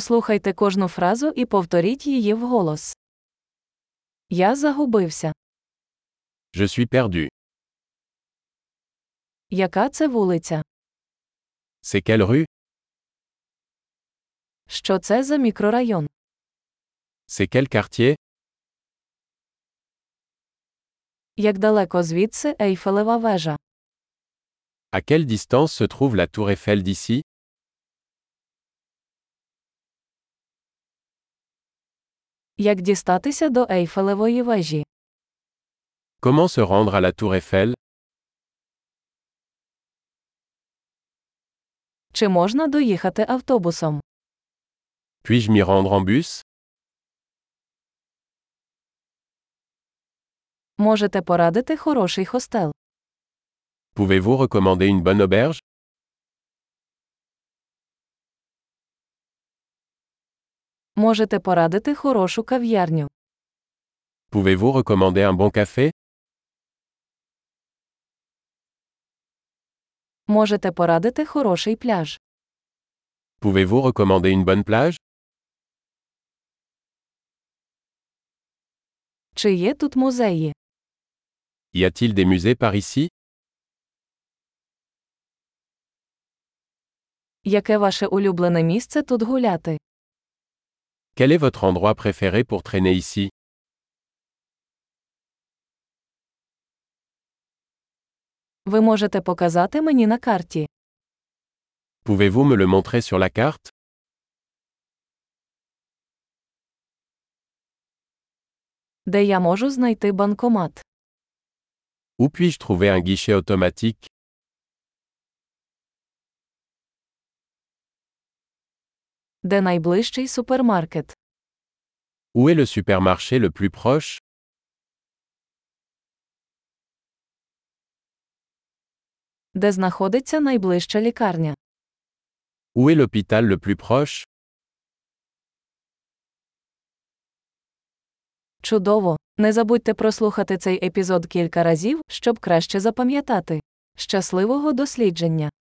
Послухайте кожну фразу і повторіть її вголос. Я загубився. Je suis perdu. Яка це вулиця? C'est quelle rue Що це за мікрорайон? C'est quel quartier Як далеко звідси Ейфелева вежа? À quelle distance se trouve la tour Eiffel d'ici Як дістатися до Ейфелевої вежі? Comment se rendre à la tour Eiffel Чи можна доїхати автобусом? Puis-je m'y rendre en bus Можете порадити хороший хостел. Pouvez-vous recommander une bonne auberge Можете порадити хорошу кав'ярню. Pouvez-vous recommander un bon café Можете порадити хороший пляж. Pouvez-vous recommander une bonne plage Чи є тут музеї? Y a-t-il des musées par ici Яке ваше улюблене місце тут гуляти? Quel est votre endroit préféré pour traîner ici Ви можете показати мені на карті. Pouvez-vous me le montrer sur la carte Де я можу знайти банкомат? Où puis-je trouver un guichet automatique Де найближчий супермаркет? Où est le supermarché le plus proche Де знаходиться найближча лікарня? Où est l'hôpital le plus proche Чудово! Не забудьте прослухати цей епізод кілька разів, щоб краще запам'ятати. Щасливого дослідження!